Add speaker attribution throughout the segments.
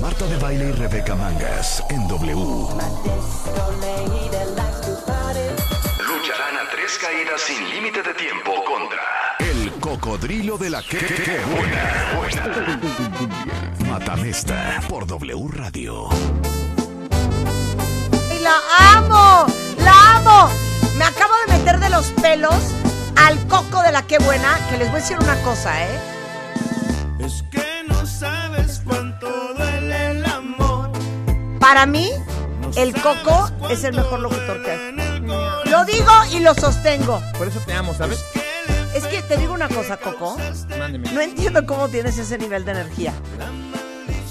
Speaker 1: Marta de Baile y Rebeca Mangas en W. Lucharán a tres caídas sin límite de tiempo contra el cocodrilo de la que, que- que buena, buena. Matamesta por W Radio.
Speaker 2: ¡Y la amo! ¡La amo! Me acabo de meter de los pelos al coco de la que buena, que les voy a decir una cosa, ¿eh?
Speaker 3: Es que no sabes cuánto duele el amor.
Speaker 2: Para mí, el coco es el mejor locutor que hay. Lo digo y lo sostengo.
Speaker 4: Por eso te amo, ¿sabes?
Speaker 2: Es que te digo una cosa, Coco.
Speaker 4: Mándeme.
Speaker 2: No entiendo cómo tienes ese nivel de energía.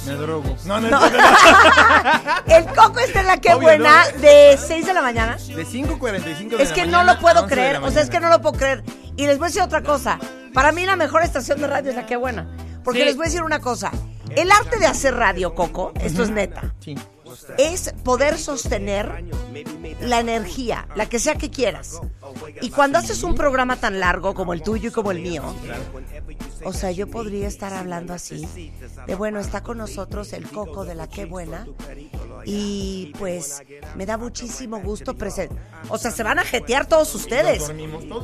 Speaker 4: Me drogo. No, no,
Speaker 2: El coco está en la que
Speaker 4: Obvio,
Speaker 2: buena
Speaker 4: ¿no?
Speaker 2: de 6 de la mañana.
Speaker 4: De 5.45 de
Speaker 2: Es
Speaker 4: la
Speaker 2: que no
Speaker 4: mañana
Speaker 2: lo
Speaker 4: a
Speaker 2: puedo
Speaker 4: 11 de
Speaker 2: creer,
Speaker 4: la
Speaker 2: o sea, es que no
Speaker 4: mañana.
Speaker 2: lo puedo creer. Y les voy a decir otra cosa. Para mí la mejor estación de radio es la que buena. Porque
Speaker 4: Sí.
Speaker 2: les voy a decir una cosa. El arte de hacer radio, Coco, esto es neta,
Speaker 4: Sí.
Speaker 2: es poder sostener la energía, la que sea que quieras. Y cuando haces un programa tan largo como el tuyo y como el mío, o sea, yo podría estar hablando así, de bueno, está con nosotros el coco de la que buena, y pues me da muchísimo gusto presentar. O sea, se van a jetear todos ustedes.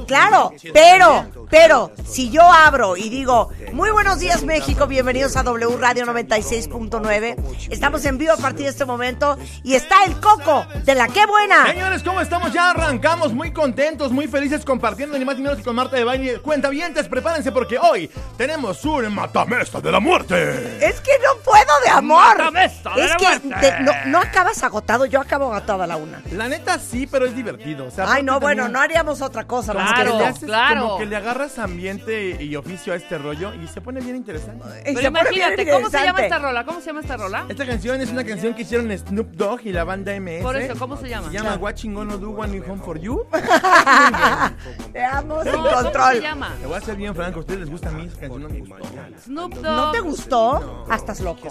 Speaker 2: Claro, pero, pero, si yo abro y digo, muy buenos días México, bienvenidos a W Radio 96.9, estamos en vivo a partir de este momento y está el coco de la que buena.
Speaker 4: Señores, ¿cómo estamos? Ya arrancamos muy contentos, muy felices compartiendo ni más ni menos que con Marta de Baile. Cuentavientes, prepárense porque hoy tenemos un matamesta de la muerte.
Speaker 2: Es que no puedo de amor.
Speaker 4: Matamesta de
Speaker 2: Es
Speaker 4: la
Speaker 2: que
Speaker 4: muerte.
Speaker 2: te- no, no acabas agotado, yo acabo agotado a la una.
Speaker 4: La neta sí, pero es divertido. O sea,
Speaker 2: Ay, no,
Speaker 4: aparte
Speaker 2: bueno,
Speaker 4: también
Speaker 2: no haríamos otra cosa.
Speaker 4: como
Speaker 2: más que
Speaker 4: que
Speaker 5: Claro,
Speaker 4: le
Speaker 2: esto.
Speaker 4: haces-
Speaker 5: claro.
Speaker 4: Como que le agarras ambiente y oficio a este rollo y se pone bien interesante.
Speaker 2: Y
Speaker 5: Pero
Speaker 2: se pone bien
Speaker 5: imagínate, ¿cómo se llama
Speaker 2: interesante.
Speaker 5: esta rola? ¿Cómo se llama esta rola?
Speaker 4: Esta canción es una canción que hicieron Snoop Dogg y la banda MS.
Speaker 5: Por eso, ¿cómo se llama?
Speaker 4: Se llama Watching Gonna Do One New Home For You.
Speaker 2: Veamos el
Speaker 5: No, ¿Cómo se
Speaker 2: control.
Speaker 5: llama?
Speaker 4: Te voy a ser bien franco, a ustedes les gusta a mí esa canción, no me gustó.
Speaker 5: Snoop Dogg.
Speaker 2: ¿No te gustó? Ah, estás loco.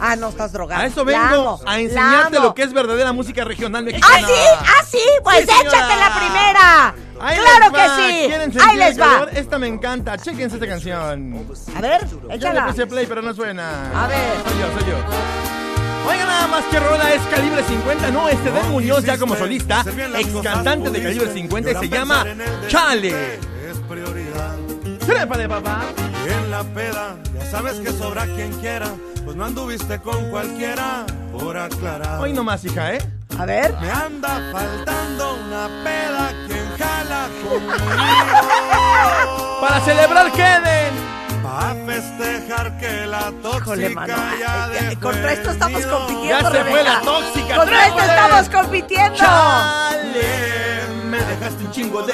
Speaker 2: Ah, no, estás drogado.
Speaker 4: A eso
Speaker 2: La
Speaker 4: vengo,
Speaker 2: amo,
Speaker 4: a
Speaker 2: la
Speaker 4: enseñarte
Speaker 2: amo.
Speaker 4: lo que es verdadera música regional
Speaker 2: ¡Ah,
Speaker 4: mexicana.
Speaker 2: sí! ¡Ah, sí! Pues
Speaker 4: Sí, señora.
Speaker 2: échate la primera.
Speaker 4: Ahí
Speaker 2: ¡Claro
Speaker 4: les va.
Speaker 2: que
Speaker 4: ¿Quieren
Speaker 2: sí!
Speaker 4: sentir
Speaker 2: ¡Ahí les
Speaker 4: el
Speaker 2: va!
Speaker 4: calor? Esta me encanta, chéquense esta canción.
Speaker 2: A ver,
Speaker 4: Yo le
Speaker 2: échala.
Speaker 4: puse play, pero no suena.
Speaker 2: A ver.
Speaker 4: Soy yo, soy yo. Oigan nada más que rola es Calibre 50, no, este de Muñoz ya como solista, ex cantante de Calibre 50 y se llama Chale.
Speaker 6: Es prioridad.
Speaker 4: Trépale, papá.
Speaker 6: Y en la peda, ya sabes que sobra quien quiera. Pues no anduviste con cualquiera, por aclarar.
Speaker 4: Hoy nomás, hija, ¿eh?
Speaker 2: A ver.
Speaker 6: Me anda faltando una peda quien jala conmigo.
Speaker 4: Para celebrar queden.
Speaker 6: Pa' festejar que la
Speaker 2: Híjole,
Speaker 6: tóxica
Speaker 2: mano.
Speaker 6: ya
Speaker 2: Ay, Contra esto estamos
Speaker 6: defendió.
Speaker 2: compitiendo,
Speaker 4: Ya se fue
Speaker 2: Rebeca.
Speaker 4: la tóxica, eh.
Speaker 2: Contra esto
Speaker 4: trépale.
Speaker 2: estamos compitiendo.
Speaker 4: Chale, me dejaste un chingo de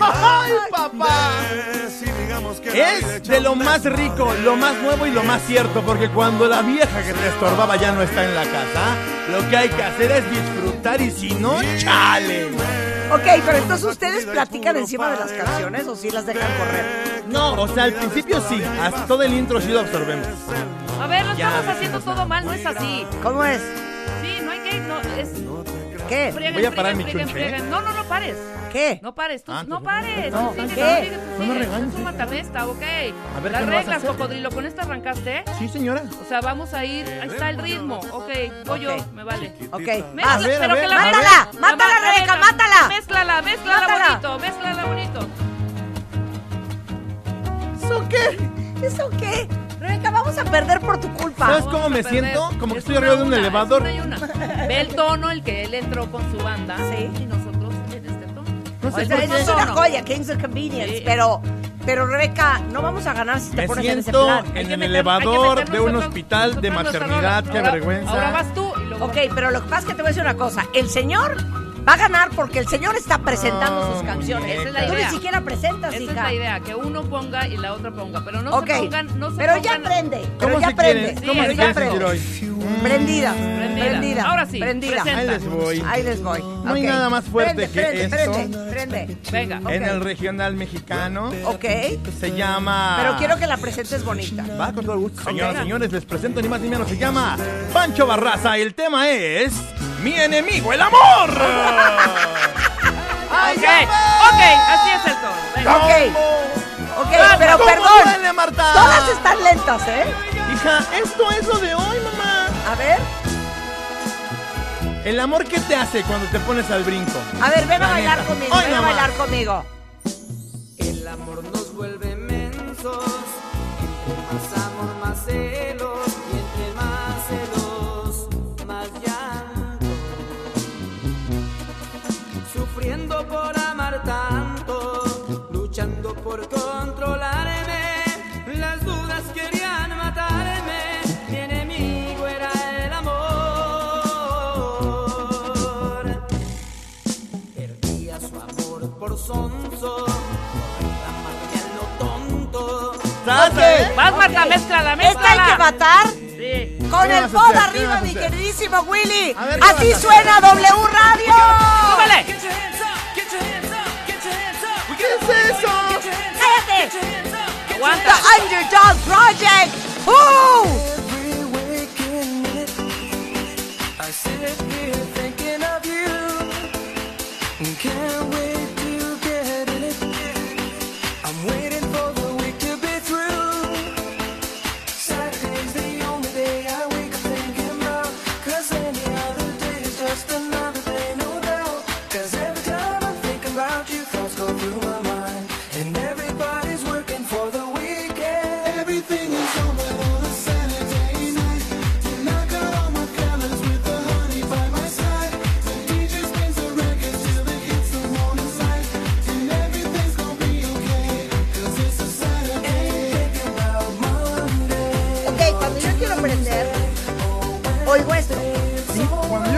Speaker 4: ¡Ay, papá!
Speaker 6: Si digamos que la vida
Speaker 4: Es de lo más rico, lo más nuevo y lo más cierto, porque cuando la vieja que te estorbaba ya no está en la casa, lo que hay que hacer es disfrutar y si no, chale.
Speaker 2: Ok, pero entonces ustedes platican encima de las canciones o sí las dejan correr.
Speaker 4: No, o sea, al principio sí, hasta todo el intro sí lo absorbemos.
Speaker 5: A ver, lo
Speaker 4: Ya.
Speaker 5: estamos haciendo todo mal, no es así.
Speaker 2: ¿Cómo es?
Speaker 5: Sí, no hay que. No, es.
Speaker 2: ¿Qué?
Speaker 5: Frieguen,
Speaker 4: Voy a parar
Speaker 5: frieguen,
Speaker 4: mi
Speaker 5: frieguen,
Speaker 4: chunche, ¿eh?
Speaker 5: frieguen. No, no, no pares.
Speaker 2: ¿Qué?
Speaker 5: No pares, tú.
Speaker 4: Ah,
Speaker 5: no
Speaker 4: tú-
Speaker 5: pares.
Speaker 2: No,
Speaker 5: tú sigue,
Speaker 2: ¿qué?
Speaker 5: tú sigue, tú
Speaker 4: No me
Speaker 5: sigue.
Speaker 4: regañes,
Speaker 5: Es un
Speaker 4: hija.
Speaker 5: matamesta,
Speaker 4: A
Speaker 5: ok.
Speaker 4: ver, ¿qué
Speaker 5: Las
Speaker 4: me vas a
Speaker 5: reglas,
Speaker 4: hacer?
Speaker 5: cocodrilo. Con esta arrancaste.
Speaker 4: Sí, señora.
Speaker 5: O sea, vamos a ir. Ahí está el ritmo. Ok, voy yo,
Speaker 2: Ok.
Speaker 5: me vale.
Speaker 2: Ok,
Speaker 5: Mézcla-
Speaker 2: vas.
Speaker 4: ver, a
Speaker 5: pero que
Speaker 4: ver,
Speaker 5: la
Speaker 4: a
Speaker 5: mezcla-
Speaker 2: Mátala,
Speaker 4: ver.
Speaker 5: la
Speaker 2: mátala,
Speaker 5: ma-
Speaker 2: Rebeca,
Speaker 5: venga,
Speaker 2: mátala.
Speaker 5: Mézclala, mézclala
Speaker 2: Mátala.
Speaker 5: bonito, mézclala bonito.
Speaker 4: ¿Eso qué?
Speaker 2: ¿Eso qué? Rebeca, vamos a perder por tu
Speaker 4: ¿Sabes
Speaker 2: culpa.
Speaker 4: cómo
Speaker 5: Vamos a
Speaker 4: me
Speaker 5: perder.
Speaker 4: siento? Como que
Speaker 5: Es
Speaker 4: estoy
Speaker 5: una
Speaker 4: arriba de un
Speaker 5: una, es
Speaker 4: elevador.
Speaker 5: una y una. Ve el tono, el que él entró con su banda.
Speaker 2: Sí.
Speaker 5: Y nosotros en este tono.
Speaker 4: No
Speaker 2: O
Speaker 4: sé,
Speaker 2: sea,
Speaker 4: por
Speaker 2: eso es
Speaker 4: qué.
Speaker 2: una joya, Kings of Convenience,
Speaker 5: Sí.
Speaker 2: pero, pero Rebeca, no vamos a ganar si te
Speaker 4: Me
Speaker 2: pones
Speaker 4: siento
Speaker 2: en ese plan.
Speaker 5: Hay
Speaker 4: en
Speaker 5: que
Speaker 4: el
Speaker 5: meter-
Speaker 4: elevador
Speaker 5: hay que
Speaker 4: de un
Speaker 5: meternos
Speaker 4: hospital de
Speaker 5: soplando esa
Speaker 4: maternidad,
Speaker 5: rola.
Speaker 4: qué
Speaker 5: Ahora-
Speaker 4: vergüenza.
Speaker 5: Ahora vas tú y luego.
Speaker 2: Ok, pero lo que pasa es que te voy a decir una cosa. El señor va a ganar porque el señor está presentando
Speaker 4: No,
Speaker 2: sus canciones.
Speaker 4: muñeca.
Speaker 5: Ah, Esa es la
Speaker 2: Tú ni
Speaker 5: idea.
Speaker 2: siquiera presentas,
Speaker 5: Esa es
Speaker 2: hija.
Speaker 5: la idea, que uno ponga y la otra ponga. Pero no
Speaker 2: ok,
Speaker 5: se pongan. No se
Speaker 2: pero ya
Speaker 5: pongan-
Speaker 2: aprende. Pero
Speaker 4: ¿Cómo
Speaker 2: ya
Speaker 4: se quiere,
Speaker 2: aprende.
Speaker 4: cómo
Speaker 5: Sí,
Speaker 4: se
Speaker 5: ya
Speaker 4: quiere
Speaker 5: aprende.
Speaker 4: sentir hoy?
Speaker 2: Prendida,
Speaker 5: Prendida.
Speaker 2: prendida.
Speaker 5: Ahora sí,
Speaker 2: prendida.
Speaker 5: presenta.
Speaker 4: Ahí les voy.
Speaker 2: Ahí les voy.
Speaker 4: No hay
Speaker 2: Ok.
Speaker 4: nada más fuerte
Speaker 2: Prende,
Speaker 4: que
Speaker 2: prende,
Speaker 4: esto.
Speaker 2: Prende, prende.
Speaker 5: Venga.
Speaker 2: Ok.
Speaker 4: En el regional mexicano
Speaker 2: Ok,
Speaker 4: se llama.
Speaker 2: pero quiero que la presentes bonita.
Speaker 4: Va con todo gusto. Señoras
Speaker 5: Venga.
Speaker 4: señores, les presento ni más ni menos. Se llama Pancho Barraza. El tema es. Mi enemigo, el amor. Ay,
Speaker 5: Ok,
Speaker 4: amor.
Speaker 5: ok, así es el tono. Venga.
Speaker 2: Ok, ok, pero
Speaker 4: Ah, ¿Cómo
Speaker 2: perdón.
Speaker 4: duele, Marta?
Speaker 2: Todas están lentas, ¿eh?
Speaker 4: Hija, esto es lo de hoy, mamá.
Speaker 2: A ver,
Speaker 4: ¿El amor qué te hace cuando te pones al brinco?
Speaker 2: a ver, ven a
Speaker 4: La
Speaker 2: bailar
Speaker 4: neta.
Speaker 2: conmigo,
Speaker 4: Hoy
Speaker 2: ven a
Speaker 4: nada más.
Speaker 2: bailar conmigo.
Speaker 7: El amor nos vuelve mensos. Entre más amor, más celos. Y entre más celos, más llanto. Sufriendo por amar tanto. Luchando por controlarme. Las dudas querían matarme. Mi enemigo era el amor. Perdía su amor por sonso, por reclamarle a lo tonto.
Speaker 4: ¡Sase!
Speaker 5: Vas, Marta, mézclala,
Speaker 2: Esta hay que
Speaker 5: mézclala.
Speaker 2: matar
Speaker 5: Sí.
Speaker 2: con
Speaker 4: ¿Qué
Speaker 2: el
Speaker 4: vas a
Speaker 2: pod
Speaker 4: hacer? ¿Qué
Speaker 2: arriba,
Speaker 4: vas a
Speaker 2: mi
Speaker 4: hacer?
Speaker 2: queridísimo Willy.
Speaker 4: A ver, ¿qué
Speaker 2: Así
Speaker 4: vas a
Speaker 2: suena W Radio.
Speaker 5: ¡Súbele!
Speaker 4: ¿Qué es eso?
Speaker 2: ¡Cállate! The
Speaker 5: Aguanta.
Speaker 2: Underdog Project. ¡Uh!
Speaker 7: Every waking minute, I sit here thinking of you. Can't wait to get in it. I'm waiting for the week to be through. Saturday's the only day I wake up thinking about. 'Cause any other day is just another day, no doubt. 'Cause every time I think about you, thoughts go through my mind. And everybody's working for the weekend. Everything is over on a Saturday night. And I got all my colors with the honey by my side. The DJ spins the record till it hits the morning light. And everything's gonna be okay. 'Cause it's a Saturday. Thinking about Monday.
Speaker 2: Ok, cuando yo quiero aprender, oigo esto.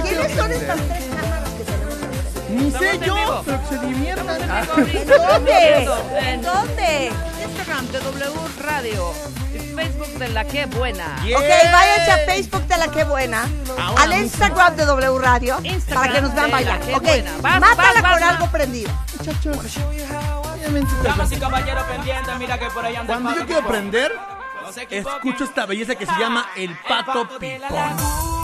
Speaker 2: ¿Quiénes son estas tres cámaras que tenemos?
Speaker 4: Ni sé
Speaker 5: en
Speaker 4: yo, Ah,
Speaker 5: vivo.
Speaker 4: pero que se diviertan.
Speaker 2: ¿En dónde? ¿En
Speaker 5: En
Speaker 2: dónde?
Speaker 5: Instagram de W Radio. y Facebook de La Que Buena.
Speaker 4: Yeah.
Speaker 2: Ok, váyanse a Facebook de la que buena,
Speaker 4: Ahora
Speaker 2: al Instagram de W Radio,
Speaker 5: Instagram
Speaker 2: para que nos vean
Speaker 5: de La
Speaker 2: bailar.
Speaker 5: Qué
Speaker 2: Ok,
Speaker 5: Buena. Vas,
Speaker 2: mátala
Speaker 5: vas, vas,
Speaker 2: con
Speaker 5: vas.
Speaker 2: algo prendido.
Speaker 4: Muchachos, obviamente te-
Speaker 8: Damas y caballeros pendientes, mira que por ahí anda el
Speaker 4: Cuando yo
Speaker 8: pato
Speaker 4: quiero
Speaker 8: pipón.
Speaker 4: aprender,
Speaker 8: No se equivoquen.
Speaker 4: escucho esta belleza que se llama el pato
Speaker 8: de la
Speaker 4: pipón.
Speaker 8: laguna.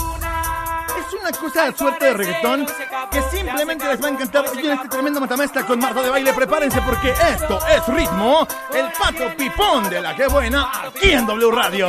Speaker 4: Es una cosa de suerte de reggaetón que simplemente les va a encantar. Hoy en este tremendo matamesta con Marta de Baile, prepárense porque esto es ritmo. El pato pipón de la que buena aquí en W Radio.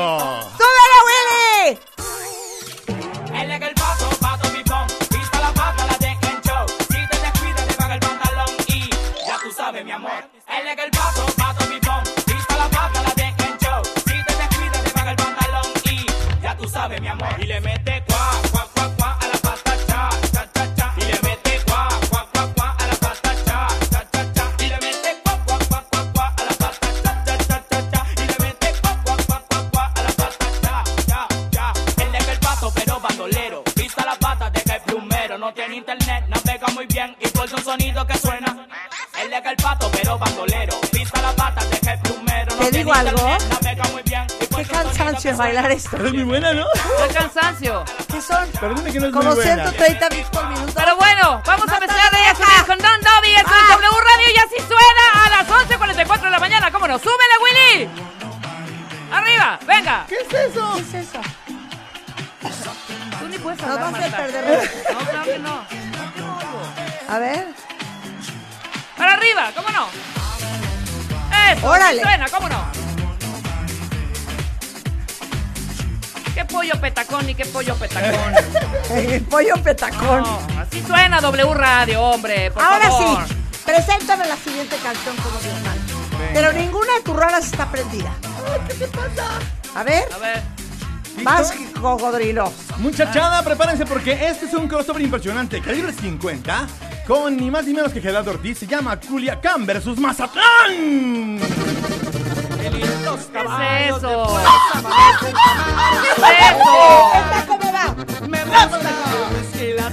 Speaker 2: ¡Súbele, Willy!
Speaker 8: Él es el pato, pato pipón. Pisa la pata, la deja en show. Si te descuida, te paga el pantalón. Y ya tú sabes, mi amor. Él es el pato, pato pipón. Pisa la pata, la deja en show. Si te descuida, te paga el pantalón. Y ya tú sabes, mi amor. Y le mete cuá, cuá, cuá, cuá a la pata, cha, cha, cha, cha. Y le mete cuá, cuá, cuá, cuá a la pata, cha, cha, cha, cha. Y le mete cuá, cuá, cuá, cuá, cuá a la pata, cha, cha, cha, cha, cha. Y le mete cuá, cuá, cuá, cuá, cuá a la pata, cha, cha, cha. Él es el pato, pero bandolero. Pisa la pata, deja el plumero. No tiene internet, navega muy bien y por un sonido que suena. Él es el pato, pero bandolero. Pisa la pata, deja el plumero. No
Speaker 2: ¿Te
Speaker 8: tiene
Speaker 2: digo algo?
Speaker 8: internet, navega muy bien y
Speaker 2: Qué
Speaker 5: Pues,
Speaker 8: poncha un sonido
Speaker 2: cansancio
Speaker 8: que
Speaker 2: es
Speaker 8: suena.
Speaker 2: bailar esto.
Speaker 4: Es muy buena, ¿no?
Speaker 5: ¡Qué cansancio!
Speaker 2: ¿Qué son?
Speaker 4: Pero dime que no es
Speaker 2: Como
Speaker 4: muy buena.
Speaker 2: 130 bits por minuto.
Speaker 5: Pero bueno, vamos a
Speaker 2: Mátala,
Speaker 5: empezar de
Speaker 2: vieja.
Speaker 5: subir con Don Dobby. Esto
Speaker 2: Ah.
Speaker 5: es W Radio y así suena a las 11.44 de la mañana. ¿Cómo no? ¡Súbele, Willy! ¡Arriba! ¡Venga!
Speaker 4: ¿Qué es eso?
Speaker 2: ¿Qué es eso?
Speaker 5: Tú ni puedes
Speaker 2: Nos
Speaker 5: hablar,
Speaker 2: vas a
Speaker 5: Marta.
Speaker 2: perder.
Speaker 5: No, claro que no.
Speaker 2: A ver.
Speaker 5: ¡Para arriba! ¿Cómo no? ¡Eso!
Speaker 2: Órale.
Speaker 5: ¡Suena! ¿Cómo no? ¡Qué pollo petacón y qué pollo petacón!
Speaker 2: El pollo petacón.
Speaker 5: No, así suena W Radio, hombre, por
Speaker 2: Ahora
Speaker 5: favor.
Speaker 2: sí, preséntame la siguiente canción como Dios manda. Pero ninguna de tus rolas está prendida. A ver,
Speaker 5: A ver,
Speaker 2: más que cocodrilo.
Speaker 4: Muchachada, prepárense porque este es un crossover impresionante, calibre 50, con ni más ni menos que Gerardo Ortiz. Se llama Culiacán versus Mazatlán.
Speaker 5: ¿qué es eso? ¿Qué es eso?
Speaker 2: ¿Esta cómo va?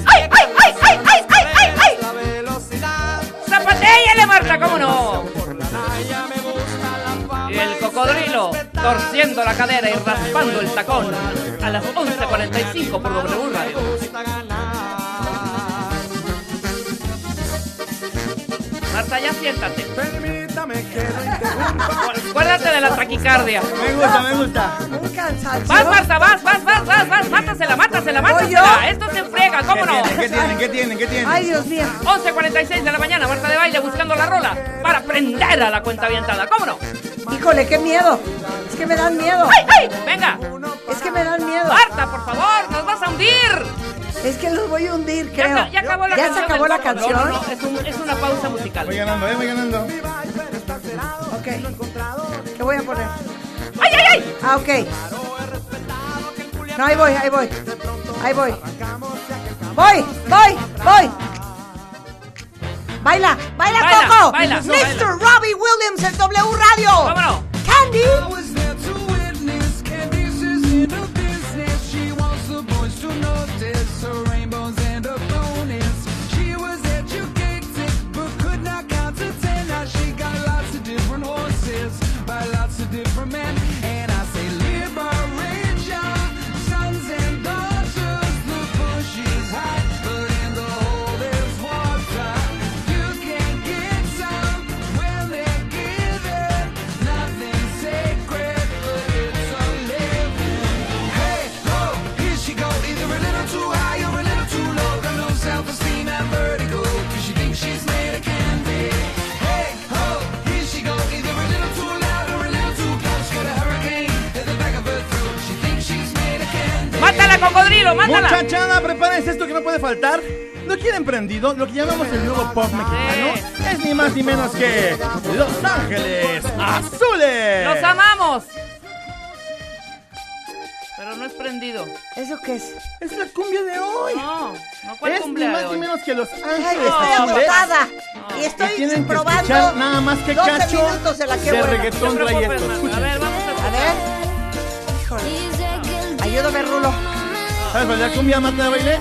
Speaker 5: ¡Ay, ay, ay, ay, ay, ay, ay, ay! ¡Zapatéllale, Marta, cómo no! Y el cocodrilo torciendo la cadera y raspando el tacón a las 11.45 por W Radio. Marta, ya siéntate. Acuérdate de la taquicardia.
Speaker 4: Me gusta, me gusta.
Speaker 2: Un cansancio.
Speaker 5: Vas, Marta, vas, vas, vas, vas, vas, mátasela, mátasela, mátasela. Esto se frega, cómo no.
Speaker 4: ¿Qué tienen? ¿Qué tienen? ¿Qué tienen?
Speaker 2: Ay, Dios mío.
Speaker 5: 11.46 de la mañana, Marta de Baile buscando la rola para prender a la cuenta avientada. ¿Cómo no?
Speaker 2: Híjole, qué miedo. Es que me dan miedo.
Speaker 5: ¡Ay, ay! ¡Venga!
Speaker 2: Es que me dan miedo.
Speaker 5: Marta, por favor, no hundir!
Speaker 2: Es que los voy a hundir,
Speaker 5: Ya,
Speaker 2: creo.
Speaker 5: ca- ya acabó la
Speaker 2: ¿Ya
Speaker 5: canción.
Speaker 2: se acabó
Speaker 5: del
Speaker 2: la
Speaker 5: Coco.
Speaker 2: canción?
Speaker 5: No, no, no, es, un- es una pausa musical.
Speaker 4: Voy ganando, eh, voy ganando.
Speaker 2: Ok. ¿Qué voy a poner?
Speaker 5: ¡Ay, ay, ay!
Speaker 2: Ah, ok. No, ahí voy, ahí voy. Ahí voy. Voy, voy, voy. Baila, baila,
Speaker 5: Baila,
Speaker 2: Coco.
Speaker 5: baila,
Speaker 2: Mr.
Speaker 5: no, baila.
Speaker 2: Robbie Williams en W Radio.
Speaker 5: Vámonos.
Speaker 2: Candy.
Speaker 7: Different men, and I say, liberation, sons and daughters. The bush is hot, but in the hole there's water. You can get some when they're given. Nothing sacred, but it's a living. Hey, look, here she go. Either a little too high or a little too low. Got no self-esteem and vertigo. 'cause she thinks she's made of candy. Hey, ho, here she go. Either a little too loud or a little too close. Got a hurricane in the back of her throat. She thinks she's made of candy.
Speaker 5: ¡Mátala, cocodrilo! ¡Mátala!
Speaker 4: Muchachada, prepárense esto que no puede faltar. Lo quieren prendido, lo que llamamos el nuevo pop mexicano, es ni más ni menos que Los Ángeles Azules.
Speaker 5: ¡Los amamos! Pero no es prendido.
Speaker 2: ¿Eso qué es?
Speaker 4: Es la cumbia de hoy.
Speaker 5: No, no Ah, cuál
Speaker 4: Es ni
Speaker 5: cumple
Speaker 4: más ni menos que Los
Speaker 2: Ay,
Speaker 4: Ángeles
Speaker 2: estoy
Speaker 4: Azules.
Speaker 2: agotada. Y
Speaker 4: Y
Speaker 2: estoy
Speaker 4: tienen que
Speaker 2: probando.
Speaker 4: escuchar nada más que
Speaker 2: 12
Speaker 4: cacho
Speaker 2: minutos de la que
Speaker 4: de
Speaker 2: buena.
Speaker 5: No
Speaker 4: reggaetón
Speaker 5: te
Speaker 4: trae
Speaker 5: preocupes,
Speaker 4: esto.
Speaker 5: mano. A
Speaker 4: Escuchen.
Speaker 5: ver, vamos a...
Speaker 2: A ver. Híjole. Ayúdame, Rulo.
Speaker 4: ¿Sabes bailar cumbia, mata de baile?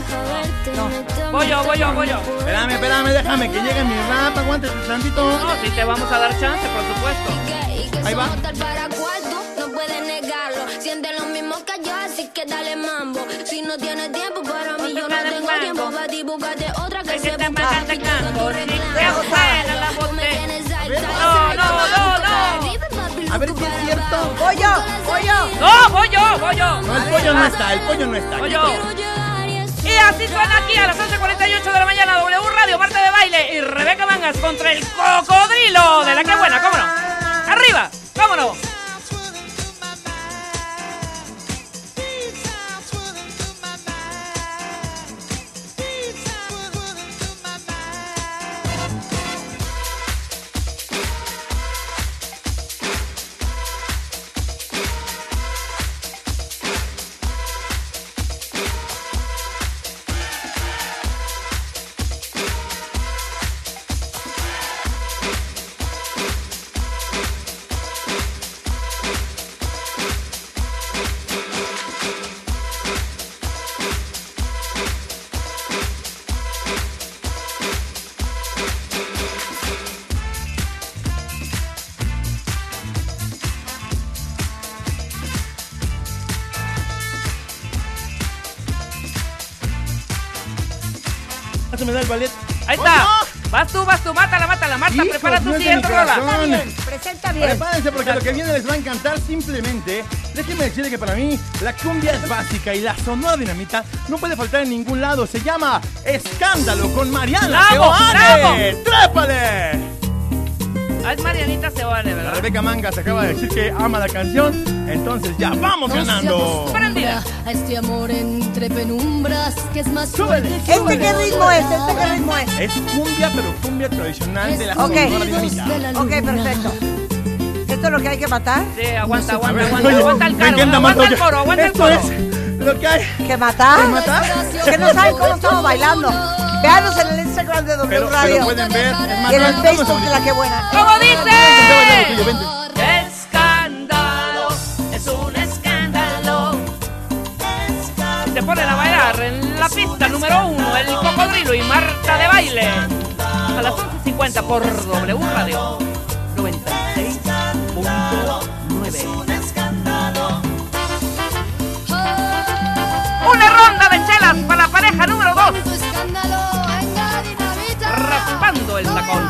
Speaker 5: Voy yo, voy yo, voy yo.
Speaker 4: Espérame, espérame, déjame que llegue mi rap, aguante tantito.
Speaker 5: No, sí te vamos a dar chance, por supuesto.
Speaker 4: Ahí va.
Speaker 9: Tal para cuarto, no puedes negarlo. Siente lo mismo que yo, así que dale mambo. Si no tienes tiempo para mí, yo no
Speaker 5: Búscate
Speaker 9: tengo
Speaker 5: mambo.
Speaker 9: tiempo para ti, búscate otra que
Speaker 5: Es que
Speaker 9: se
Speaker 5: te
Speaker 9: busca.
Speaker 5: mandan de canto, sí, qué
Speaker 9: Deja
Speaker 5: buena la
Speaker 9: Tú me
Speaker 5: bote.
Speaker 9: tienes ahí,
Speaker 5: No, no, no, no.
Speaker 4: A ver si es cierto.
Speaker 2: Voy yo, voy yo.
Speaker 5: No, voy yo, voy yo.
Speaker 4: No, el pollo no está, el pollo no está.
Speaker 5: Voy yo. Y así suena aquí a las 11.48 de la mañana W Radio, Marta de Baile y Rebeca Mangas contra el cocodrilo de la que buena, cómo no. Arriba, cómo no.
Speaker 4: Ya Se me da el ballet.
Speaker 5: Ahí está. Vas tú, vas tú, mátala, mátala, Marta,
Speaker 4: Hijos,
Speaker 5: prepara
Speaker 4: no
Speaker 5: tu
Speaker 4: es de mi
Speaker 5: siguiente rola.
Speaker 4: corazón.
Speaker 2: Está bien, presenta bien.
Speaker 4: Prepárense porque lo que viene les va a encantar simplemente. Déjenme decirle que para mí la cumbia es básica y la sonora dinamita no puede faltar en ningún lado. Se llama Escándalo con Mariana
Speaker 5: ¡Bravo,
Speaker 4: Seoane. ¡Trépale!
Speaker 5: Ah, Es Marianita Seoane,
Speaker 4: La
Speaker 5: ¿verdad?
Speaker 4: Rebeca Mangas acaba de decir que ama la canción, entonces ya vamos ganando.
Speaker 5: Prendida.
Speaker 9: A este amor entre penumbras que es más
Speaker 4: Súbele.
Speaker 9: fuerte que
Speaker 2: ¿Este qué
Speaker 9: una
Speaker 2: ritmo es? ¿Este qué ritmo es?
Speaker 4: Es cumbia, pero cumbia tradicional de la
Speaker 2: Ok.
Speaker 4: sonora dinamita.
Speaker 9: de la
Speaker 2: Ok,
Speaker 9: luna.
Speaker 2: perfecto. ¿Esto es lo que hay que matar?
Speaker 5: Sí, aguanta,
Speaker 4: A
Speaker 5: aguanta,
Speaker 4: ver,
Speaker 5: aguanta,
Speaker 4: oye,
Speaker 5: aguanta el
Speaker 4: me
Speaker 5: caro.
Speaker 4: encanta,
Speaker 5: Aguanta el
Speaker 4: Marta,
Speaker 5: coro, aguanta el
Speaker 4: Esto
Speaker 5: coro.
Speaker 4: es lo que hay.
Speaker 2: ¿Que matar?
Speaker 4: ¿Que matar?
Speaker 2: Que no saben cómo estamos bailando. Veanos en el Instagram de W
Speaker 4: Pero, pero
Speaker 2: Radio.
Speaker 4: pueden ver. es más,
Speaker 2: Y en el
Speaker 4: vamos a
Speaker 2: Facebook de
Speaker 4: bailar.
Speaker 2: la que buena.
Speaker 5: ¿Cómo
Speaker 4: Vente, baila lo tuyo,
Speaker 5: dice?
Speaker 4: vente.
Speaker 5: Escándalo, es un escándalo. Y te ponen a bailar en la pista número uno, el cocodrilo y Marta de baile. A las 11.50 por W Radio 96.9. Una ronda de chelas para la pareja número dos,
Speaker 9: Tu escándalo, venga, dinamita.
Speaker 5: raspando el tacón.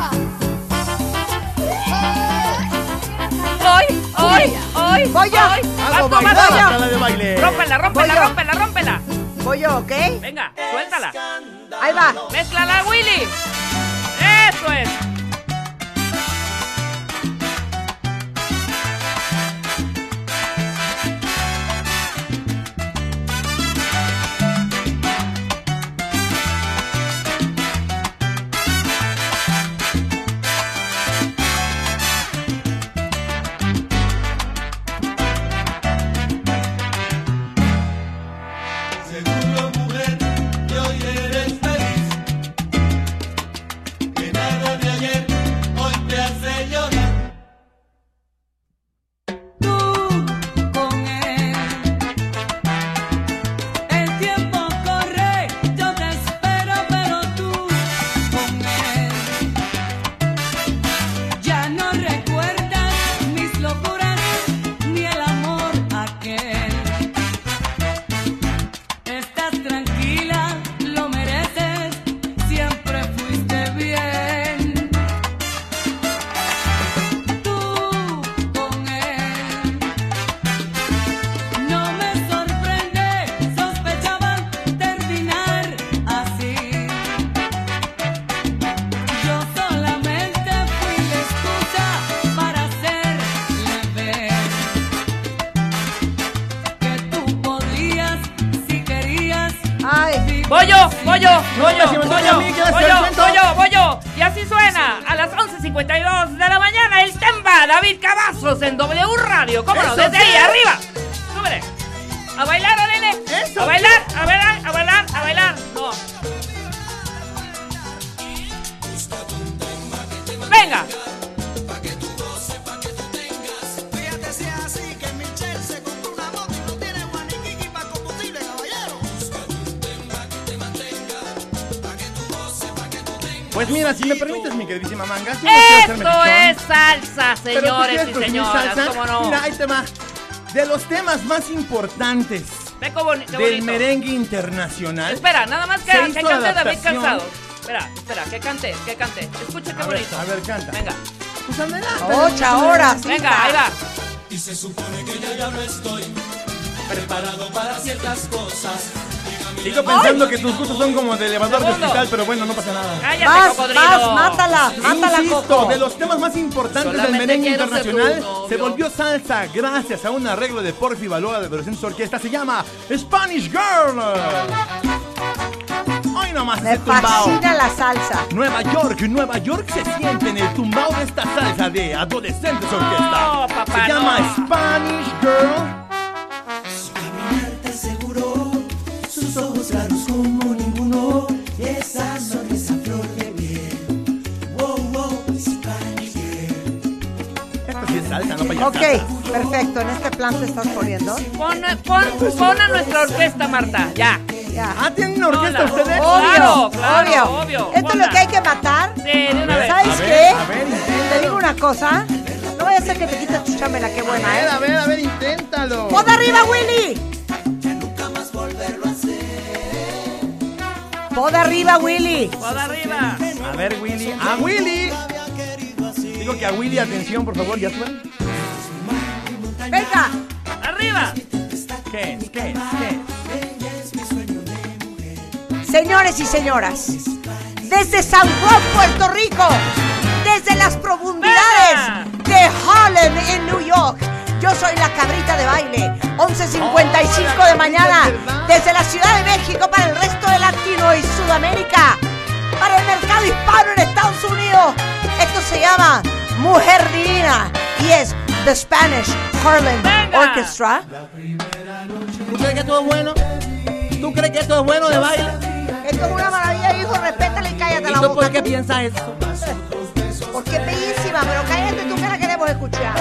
Speaker 5: Hoy, hoy, hoy,
Speaker 2: Voy yo.
Speaker 5: hoy.
Speaker 4: Hago
Speaker 5: Vas tú, vas
Speaker 4: bailar
Speaker 5: tú.
Speaker 4: la sala de baile.
Speaker 5: Rómpela, rómpela,
Speaker 2: Voy yo.
Speaker 5: rómpela, rómpela.
Speaker 2: Voy yo, ¿ok?
Speaker 5: Venga, suéltala.
Speaker 2: Ahí va.
Speaker 5: Mézclala, Willy. Eso es. Voy yo, voy yo,
Speaker 4: No,
Speaker 5: voy yo,
Speaker 4: si me
Speaker 5: voy
Speaker 4: toca
Speaker 5: yo,
Speaker 4: a mí, ¿quieres
Speaker 5: voy
Speaker 4: que
Speaker 5: yo,
Speaker 4: cuento?
Speaker 5: voy yo, voy yo. Y así suena a las 11.52 de la mañana el tema David Cavazos en W Radio. ¿Cómo no?
Speaker 4: ¡Eso
Speaker 5: Desde
Speaker 4: sí!
Speaker 5: ahí arriba. Súbele. A bailar, Arele.
Speaker 4: ¡Eso
Speaker 5: A
Speaker 4: sí!
Speaker 5: bailar, a bailar, a bailar, a bailar. No. Venga.
Speaker 4: Pues mira, si me permites, mi queridísima manga. sí me quiero hacer
Speaker 5: Esto
Speaker 4: mención.
Speaker 5: es salsa,
Speaker 4: Pero tú
Speaker 5: señores
Speaker 4: quieres
Speaker 5: y
Speaker 4: consumir
Speaker 5: señoras.
Speaker 4: salsa.
Speaker 5: ¿Cómo no?
Speaker 4: Mira, ahí te va. De los temas más importantes
Speaker 5: Ve cómo boni- qué
Speaker 4: del
Speaker 5: bonito.
Speaker 4: merengue internacional.
Speaker 5: Espera, nada más que,
Speaker 4: ¿Ah? Se
Speaker 5: que
Speaker 4: hizo
Speaker 5: cante
Speaker 4: la
Speaker 5: David
Speaker 4: adaptación.
Speaker 5: Cansado. Espera, espera, que cante, que cante. Escucha qué
Speaker 4: A ver,
Speaker 5: bonito.
Speaker 4: a ver, canta.
Speaker 5: Venga,
Speaker 4: Pues adelante.
Speaker 2: Ocho horas.
Speaker 5: venga, ahí va.
Speaker 7: Y se supone que yo ya no estoy preparado para ciertas cosas.
Speaker 4: Sigo pensando que tus gustos son como de elevador de
Speaker 5: Segundo.
Speaker 4: hospital, pero bueno, no pasa nada.
Speaker 5: Cállate,
Speaker 2: Vas,
Speaker 5: cocodrilo.
Speaker 2: vas, mátala, mátala,
Speaker 4: Insisto,
Speaker 2: Coco.
Speaker 4: de los temas más importantes
Speaker 5: Solamente
Speaker 4: del merengue
Speaker 5: quiero ser
Speaker 4: internacional
Speaker 5: tu novio.
Speaker 4: se volvió salsa gracias a un arreglo de Porfi Balboa de Adolescentes Orquesta. Se llama Spanish Girl. Hoy nomás
Speaker 2: Me
Speaker 4: ese tumbao.
Speaker 2: fascina la salsa.
Speaker 4: Nueva York, Nueva York se siente en el tumbao de esta salsa de Adolescentes Orquesta.
Speaker 5: No, papá,
Speaker 4: se llama
Speaker 5: no.
Speaker 4: Spanish Girl.
Speaker 7: Caminarte seguro, sus ojos claros como ninguno, y esa sonrisa flor de miel. Wow, wow, Spanish girl.
Speaker 4: Esta sí es salsa, no payasada.
Speaker 2: Ok, perfecto. En este plan te estás poniendo.
Speaker 5: Pon, pon, pon a nuestra orquesta, Marta, ya.
Speaker 2: Ya.
Speaker 4: Ah, ¿tienen una orquesta
Speaker 5: Hola.
Speaker 4: ustedes?
Speaker 5: Claro,
Speaker 2: Obvio,
Speaker 5: claro,
Speaker 2: obvio.
Speaker 5: obvio.
Speaker 2: Esto es lo
Speaker 5: Hola.
Speaker 2: que hay que matar.
Speaker 5: Sí, de una vez.
Speaker 2: ¿Sabes
Speaker 4: A ver,
Speaker 2: qué?
Speaker 4: a ver,
Speaker 2: Te digo una cosa. No vaya a ser que te quites tu chamela, qué
Speaker 4: A
Speaker 2: buena,
Speaker 4: ver,
Speaker 2: ¿eh?
Speaker 4: a ver, a ver, inténtalo.
Speaker 2: ¡Pon arriba, Willy! ¡Pon arriba, Willy!
Speaker 5: Por Pues arriba.
Speaker 4: A ver, Willy. ¡A Willy! Digo que a Willy, atención, por favor, ya suena.
Speaker 2: ¡Venga!
Speaker 5: Arriba.
Speaker 4: ¿Qué es? ¿Qué es? ¿Qué
Speaker 2: Señores y señoras, desde San Juan, Puerto Rico, desde las profundidades de Harlem en New York, yo soy la cabrita de baile, 11.55 de mañana, desde la Ciudad de México para el resto de Latino y Sudamérica, para el mercado hispano en Estados Unidos. Esto se llama Mujer Divina y es The Spanish Harlem
Speaker 5: Venga.
Speaker 2: Orchestra.
Speaker 4: es? ¿Tú crees que todo es bueno? ¿Tú crees que esto es bueno de baile?
Speaker 2: Esto es una maravilla, hijo, respétala y cállate la
Speaker 4: ¿Y tú
Speaker 2: boca.
Speaker 4: por qué piensas eso?
Speaker 2: Porque es Pues bellísima, pero cállate tú que la queremos escuchar.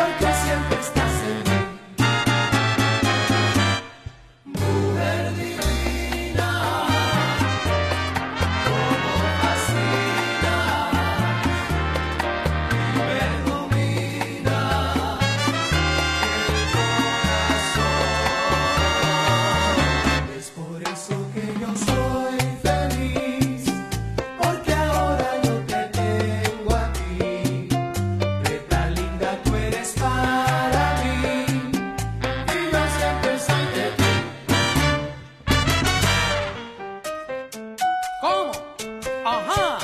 Speaker 8: ¿Cómo? Ajá.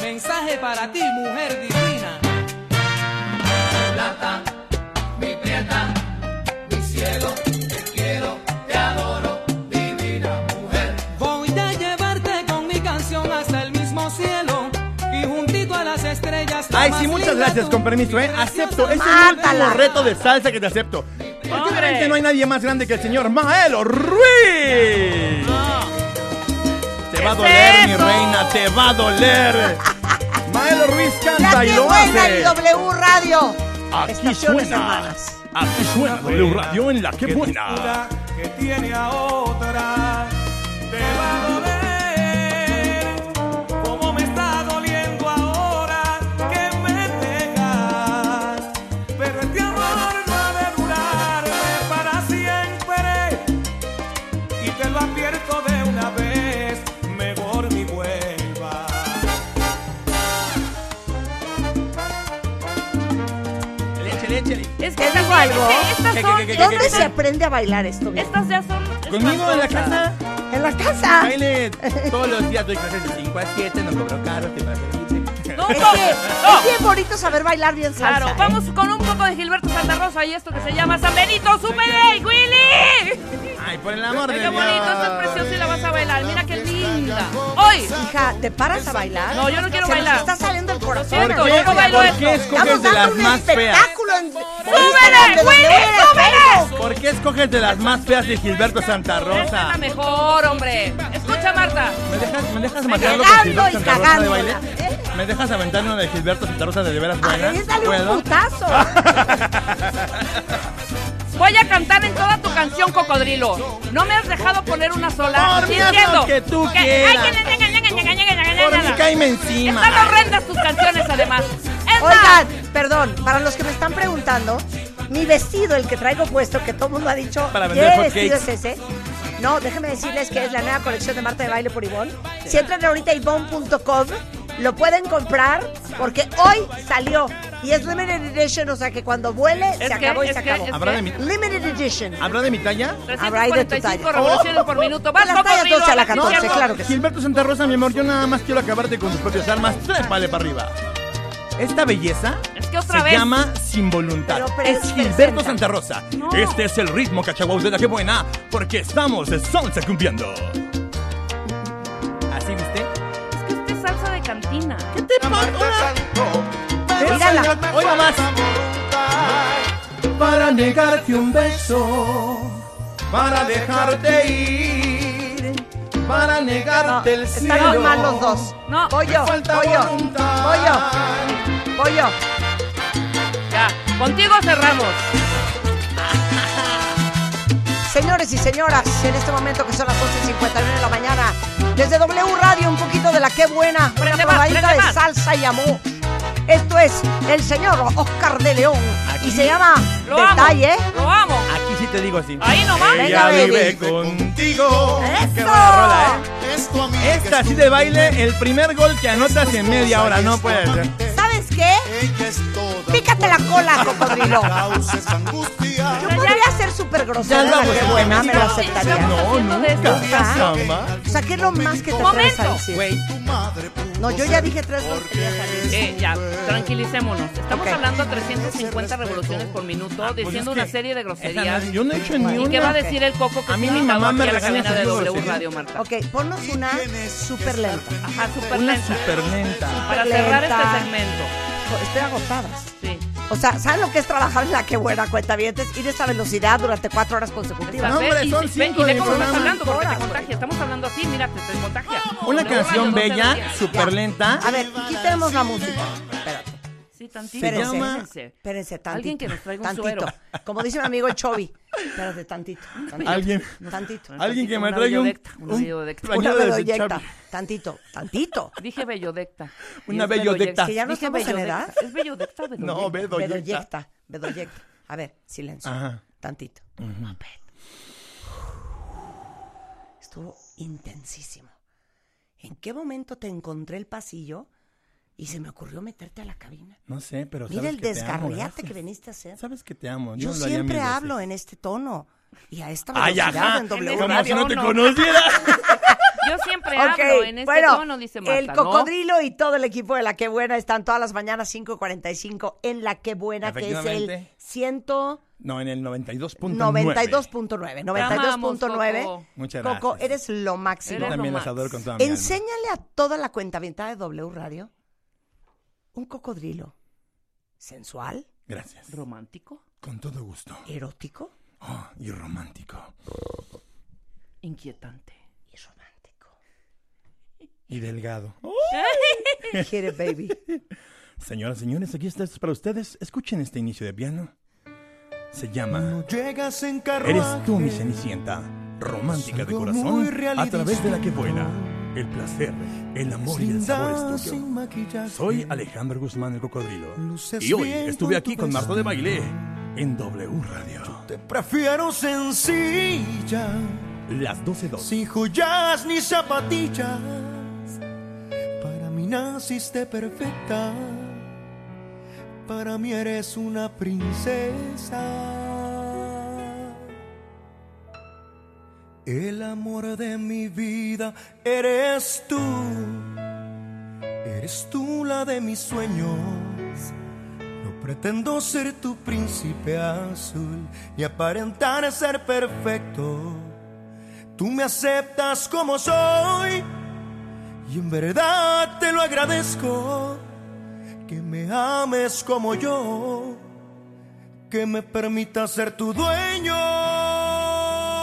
Speaker 8: Mensaje para ti, mujer divina. Voy a llevarte con mi canción hasta el mismo cielo y juntito a las estrellas. la
Speaker 4: Ay,
Speaker 8: más
Speaker 4: sí, muchas
Speaker 8: linda
Speaker 4: gracias,
Speaker 8: tú.
Speaker 4: con permiso, ¿eh? Acepto, es el
Speaker 2: Mátala.
Speaker 4: último reto de salsa que te acepto. Obviamente no hay nadie más grande que el señor Maelo Ruiz. Te va a
Speaker 5: ¿Qué
Speaker 4: doler,
Speaker 5: es
Speaker 4: mi
Speaker 5: eso?
Speaker 4: reina, te va a doler. Maelo Ruiz
Speaker 2: La
Speaker 4: canta y
Speaker 2: que
Speaker 4: lo
Speaker 2: buena
Speaker 4: hace.
Speaker 2: el W Radio.
Speaker 4: Aquí
Speaker 2: Estaciones
Speaker 4: suena.
Speaker 2: hermanas.
Speaker 4: Aquí suena W Radio en la que buena.
Speaker 6: Una que tiene a otra te va a doler como me está doliendo ahora que me dejas pero este amor no ha de durarme para siempre y te lo advierto de una vez mejor ni vuelvas
Speaker 4: Échale, échale.
Speaker 5: Es
Speaker 2: ¿Te
Speaker 5: que estas
Speaker 2: digo algo?
Speaker 5: es que estas
Speaker 4: ¿Qué,
Speaker 5: son-
Speaker 4: qué, qué, qué,
Speaker 2: ¿Dónde se aprende a bailar esto? bien?
Speaker 5: Estas ya son.
Speaker 4: Conmigo en la
Speaker 5: espantosas.
Speaker 4: casa.
Speaker 2: En la casa.
Speaker 4: Baile todos los días doy clases de 5 a 7, no cobro caro, te va a servir.
Speaker 5: No,
Speaker 2: Es,
Speaker 5: no,
Speaker 2: que
Speaker 5: no.
Speaker 2: es bien bonito saber bailar bien salsa.
Speaker 5: Claro,
Speaker 2: ¿eh?
Speaker 5: vamos con un poco de Gilberto Santa Rosa y esto que se llama San Benito, súbele, Willy.
Speaker 4: Ay, por el amor de
Speaker 5: Ay, qué
Speaker 4: Dios.
Speaker 5: bonito, estás preciosa y la vas a bailar. Mira qué linda. Hoy,
Speaker 2: Hija, ¿te paras a bailar?
Speaker 5: No, yo no quiero
Speaker 2: Se nos
Speaker 5: bailar.
Speaker 2: está saliendo el corazón.
Speaker 5: siento,
Speaker 2: Andrea.
Speaker 5: yo no bailo
Speaker 4: ¿Por
Speaker 5: esto.
Speaker 4: qué escoges
Speaker 2: Estamos
Speaker 4: de
Speaker 2: dando
Speaker 4: las
Speaker 2: un
Speaker 4: más feas?
Speaker 2: espectáculo en...
Speaker 5: ¡Súbele, Willy, súbele!
Speaker 4: ¿Por qué escoges de las más feas de Gilberto Santa
Speaker 5: Esta es la
Speaker 4: Rosa?
Speaker 5: mejor, hombre. Escucha, Marta.
Speaker 4: ¿Me dejas, me dejas matarlo con
Speaker 2: Cagando
Speaker 4: Gilberto
Speaker 2: y
Speaker 4: Santa Rosa de
Speaker 2: cagándola,
Speaker 4: baile?
Speaker 2: ¿eh?
Speaker 4: ¿Me dejas aventarme una de Gilberto Santa Rosa de de veras
Speaker 2: A
Speaker 4: buena?
Speaker 2: ver, dale un
Speaker 4: ¿Puedo? Ah.
Speaker 2: putazo.
Speaker 5: Voy a cantar en toda tu canción, cocodrilo. No me has dejado poner una sola.
Speaker 4: Por mí haz
Speaker 5: Sintiendo
Speaker 4: lo que tú
Speaker 5: que- ay,
Speaker 4: quieras.
Speaker 5: que le- ña, ña, ña, ña, ña, ña, ña, ña,
Speaker 4: Por mí
Speaker 5: ña.
Speaker 4: caíme encima.
Speaker 5: Están horrendas tus canciones, además. Esta-
Speaker 2: Oigan, perdón, para los que me están preguntando, mi vestido, el que traigo puesto, que todo el mundo ha dicho,
Speaker 4: Para
Speaker 2: ¿qué
Speaker 4: vender hot
Speaker 2: vestido es
Speaker 4: cakes.
Speaker 2: ese? No, déjenme decirles que es la nueva colección de Marta de Baile por Ivonne. Si entran ahorita a ivonne.com, lo pueden comprar porque hoy salió y es limited edition, o sea que cuando vuele
Speaker 5: Es
Speaker 2: se
Speaker 5: que-
Speaker 2: acabó y
Speaker 5: es
Speaker 2: se
Speaker 5: que-
Speaker 2: acabó.
Speaker 5: es
Speaker 4: ¿Habrá de, mi,
Speaker 2: Limited edition.
Speaker 4: ¿Habrá de mi talla?
Speaker 2: Habrá ahí de tu
Speaker 5: 345
Speaker 2: talla.
Speaker 5: revoluciones por minuto. Vas,
Speaker 2: De las tallas
Speaker 5: cocodrilo,
Speaker 2: 12 a la
Speaker 5: hazlo,
Speaker 2: 14,
Speaker 5: hazlo.
Speaker 2: claro que sí.
Speaker 4: Gilberto Santa Rosa, mi amor, yo nada más quiero acabarte con tus propias armas. Trépale para arriba. Esta belleza
Speaker 5: Es que otra
Speaker 4: se
Speaker 5: vez.
Speaker 4: llama Sin Voluntad.
Speaker 2: Pero, pero,
Speaker 4: es
Speaker 2: presenta.
Speaker 4: Gilberto Santa Rosa.
Speaker 5: No.
Speaker 4: Este es el ritmo, cachaguau, de la que buena, porque estamos de salsa cumbiando. ¿Así viste?
Speaker 5: Es que usted es salsa de cantina.
Speaker 2: Mírala.
Speaker 4: Hoy más.
Speaker 3: Para negarte un beso, para dejarte ir, para
Speaker 2: No,
Speaker 3: negarte el cielo.
Speaker 2: están muy mal los dos.
Speaker 5: No.
Speaker 2: voy yo, voy
Speaker 3: Falta
Speaker 2: yo, voy yo,
Speaker 3: voluntad.
Speaker 2: voy yo.
Speaker 5: Ya, contigo cerramos.
Speaker 2: Señores y señoras, en este momento que son las 11.51 de la mañana, desde W Radio, un poquito de la qué buena, una
Speaker 5: Prende más,
Speaker 2: probadita
Speaker 5: prende
Speaker 2: de
Speaker 5: más.
Speaker 2: salsa y amor. Esto es el señor Oscar de León y se llama
Speaker 5: Lo
Speaker 2: Detalle.
Speaker 5: amo. Lo amo.
Speaker 4: Aquí sí te digo así.
Speaker 5: Ahí nomás.
Speaker 2: Venga,
Speaker 4: Ella
Speaker 2: baby.
Speaker 4: vive contigo.
Speaker 2: ¡Eso!
Speaker 3: ¿eh?
Speaker 4: Esta sí de baile, el primer gol que anotas en media hora, no puede ser.
Speaker 2: ¿Sabes qué? Pícate la cola, cocodrilo. Yo podría ser súper grosera,
Speaker 4: Ya
Speaker 2: la
Speaker 4: vamos,
Speaker 2: qué buena, me lo
Speaker 4: no,
Speaker 2: aceptaría.
Speaker 4: No, nunca.
Speaker 2: ¿Ah?
Speaker 4: Samba.
Speaker 2: O sea, ¿qué es lo más que te atreves
Speaker 5: Momento.
Speaker 2: a decir?
Speaker 4: Güey, pues
Speaker 2: No, yo ya dije tres groserías al día.
Speaker 5: Eh, ya, tranquilicémonos. Estamos
Speaker 2: Ok.
Speaker 5: hablando a 350 revoluciones por minuto, diciendo
Speaker 4: Ah, pues es que
Speaker 5: una serie de
Speaker 4: esa
Speaker 5: groserías.
Speaker 4: no- yo no he hecho ni
Speaker 5: ¿Y
Speaker 4: una.
Speaker 5: qué va a decir el coco que
Speaker 4: A
Speaker 5: a
Speaker 4: mí
Speaker 5: mí
Speaker 4: mi
Speaker 5: invitado
Speaker 4: mamá
Speaker 5: aquí
Speaker 4: me
Speaker 5: a la
Speaker 4: regaña
Speaker 5: cabina
Speaker 4: si
Speaker 5: de
Speaker 4: digo
Speaker 5: W
Speaker 4: groserías.
Speaker 5: Radio, Marta?
Speaker 2: Ok, ponnos una súper lenta.
Speaker 5: Ajá, súper
Speaker 4: Una
Speaker 5: lenta.
Speaker 4: super lenta.
Speaker 5: Para cerrar
Speaker 2: lenta.
Speaker 5: este segmento.
Speaker 2: Estoy agotada.
Speaker 5: Sí.
Speaker 2: O sea, ¿saben lo que es trabajar en la que buena cuenta Ir a esa velocidad durante cuatro horas consecutivas.
Speaker 5: Exacto.
Speaker 4: hombre,
Speaker 5: Ve, y-
Speaker 4: son
Speaker 5: ve-
Speaker 4: cinco
Speaker 5: Y ve
Speaker 4: de
Speaker 5: cómo estás
Speaker 4: programa.
Speaker 5: hablando, porque te
Speaker 2: Horas,
Speaker 5: contagia. Estamos hablando así, mira, te, te contagia.
Speaker 4: Una
Speaker 5: W Radio,
Speaker 4: canción
Speaker 5: 12
Speaker 4: bella,
Speaker 5: días.
Speaker 2: Ya.
Speaker 4: súper lenta.
Speaker 2: A ver, quitemos la música. Espérate,
Speaker 5: Sí, tantito.
Speaker 2: espérense.
Speaker 5: espérense.
Speaker 2: Espérense, tantito.
Speaker 5: Alguien que nos traiga un
Speaker 2: tantito.
Speaker 5: suero.
Speaker 2: Como dice mi amigo el Chovi. Espérate, tantito. tantito,
Speaker 4: Alguien-
Speaker 2: Tantito.
Speaker 4: Alguien que me
Speaker 5: Una
Speaker 4: traiga un,
Speaker 5: videodecta, una videodecta.
Speaker 4: pañuelo
Speaker 2: Una
Speaker 4: de
Speaker 2: bedoyecta.
Speaker 4: Chavi.
Speaker 2: Tantito, tantito.
Speaker 5: Dije bellodecta. Y
Speaker 4: Una
Speaker 5: es
Speaker 4: bellodecta.
Speaker 2: Que ya no
Speaker 5: Dije
Speaker 2: estamos en edad.
Speaker 5: ¿Es bellodecta o bellodecta?
Speaker 4: No, bedoyecta.
Speaker 2: Bedoyecta. Bedoyecta. A ver, silencio.
Speaker 4: Ajá.
Speaker 2: Tantito. A ver. Estuvo intensísimo. ¿En qué momento te encontré el pasillo y se me ocurrió meterte a la cabina?
Speaker 4: No sé, pero Pues,
Speaker 2: Mira
Speaker 4: sabes
Speaker 2: el
Speaker 4: que te amo,
Speaker 2: desgarriate
Speaker 4: gracias.
Speaker 2: que viniste a hacer.
Speaker 4: Sabes que te amo.
Speaker 2: Yo
Speaker 4: no lo haría
Speaker 2: siempre
Speaker 4: mil veces.
Speaker 2: hablo en este tono y a esta
Speaker 4: Ay,
Speaker 2: velocidad
Speaker 4: ajá.
Speaker 2: en
Speaker 5: En
Speaker 2: W
Speaker 5: este
Speaker 4: Como si
Speaker 2: radio.
Speaker 4: no
Speaker 5: radio,
Speaker 4: te
Speaker 5: no.
Speaker 4: conociera.
Speaker 5: Yo siempre
Speaker 2: Ok,
Speaker 5: hablo en este
Speaker 2: bueno,
Speaker 5: tono, dice Marta,
Speaker 2: el
Speaker 5: ¿no?
Speaker 2: cocodrilo y todo el equipo de La Qué Buena están todas las mañanas 5.45 en La Qué Buena, que es el
Speaker 4: Efectivamente.
Speaker 2: 192.9.
Speaker 4: No, en el 92.9.
Speaker 2: 92.9.
Speaker 5: Coco.
Speaker 4: Muchas
Speaker 2: Coco,
Speaker 4: gracias.
Speaker 2: eres lo
Speaker 4: Yo
Speaker 2: máximo.
Speaker 5: Eres
Speaker 4: también
Speaker 5: lo
Speaker 4: las
Speaker 5: max.
Speaker 4: adoro con toda mi alma.
Speaker 2: Enséñale a toda la cuenta de W Radio un cocodrilo sensual,
Speaker 4: Gracias.
Speaker 5: ¿Romántico?
Speaker 4: Con todo gusto.
Speaker 2: erótico
Speaker 4: Oh, y romántico.
Speaker 5: Inquietante.
Speaker 2: y romántico.
Speaker 4: Y delgado. Oh,
Speaker 2: Hit it, baby.
Speaker 4: Señoras y señores, aquí está esto para ustedes. Escuchen este inicio de piano. Se llama
Speaker 3: Llegas en carruaje.
Speaker 4: Eres tú mi cenicienta, romántica de
Speaker 3: Algo muy
Speaker 4: corazón, a
Speaker 3: realista.
Speaker 4: través de la que buena. El placer, el amor y el
Speaker 3: Sin
Speaker 4: sabor
Speaker 3: da,
Speaker 4: es tuyo.
Speaker 3: sin maquillaje.
Speaker 4: Soy Alejandro Guzmán el Cocodrilo.
Speaker 3: Luces
Speaker 4: Y hoy
Speaker 3: bien
Speaker 4: estuve
Speaker 3: con
Speaker 4: aquí
Speaker 3: tu
Speaker 4: con Marta de
Speaker 3: vestido.
Speaker 4: Baile en W Radio.
Speaker 3: Te prefiero sencilla,
Speaker 4: Las 12.02.
Speaker 3: sin joyas ni zapatillas. Para mí naciste perfecta, para mí eres una princesa. El amor de mi vida eres tú.
Speaker 10: Eres tú la de mis sueños. No pretendo ser tu príncipe azul y aparentar ser perfecto. Tú me aceptas como soy y en verdad te lo agradezco. Que me ames como yo, que me permita ser tu dueño.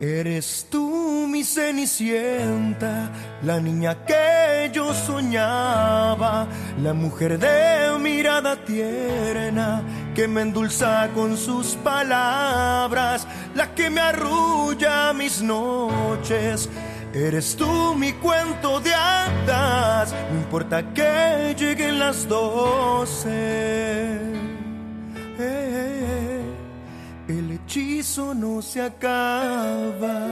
Speaker 10: Eres tú mi cenicienta, la niña que yo soñaba, la mujer de mirada tierna que me endulza con sus palabras, la que me arrulla mis noches. Eres tú mi cuento de hadas, no importa que lleguen las doce. El hechizo no se acaba.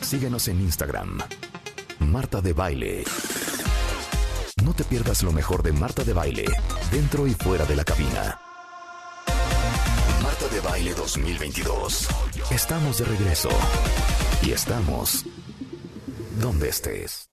Speaker 1: Síguenos en Instagram. Marta de Baile. No te pierdas lo mejor de Marta de Baile, dentro y fuera de la cabina. Marta de Baile 2022. Estamos de regreso. Y estamos donde estés.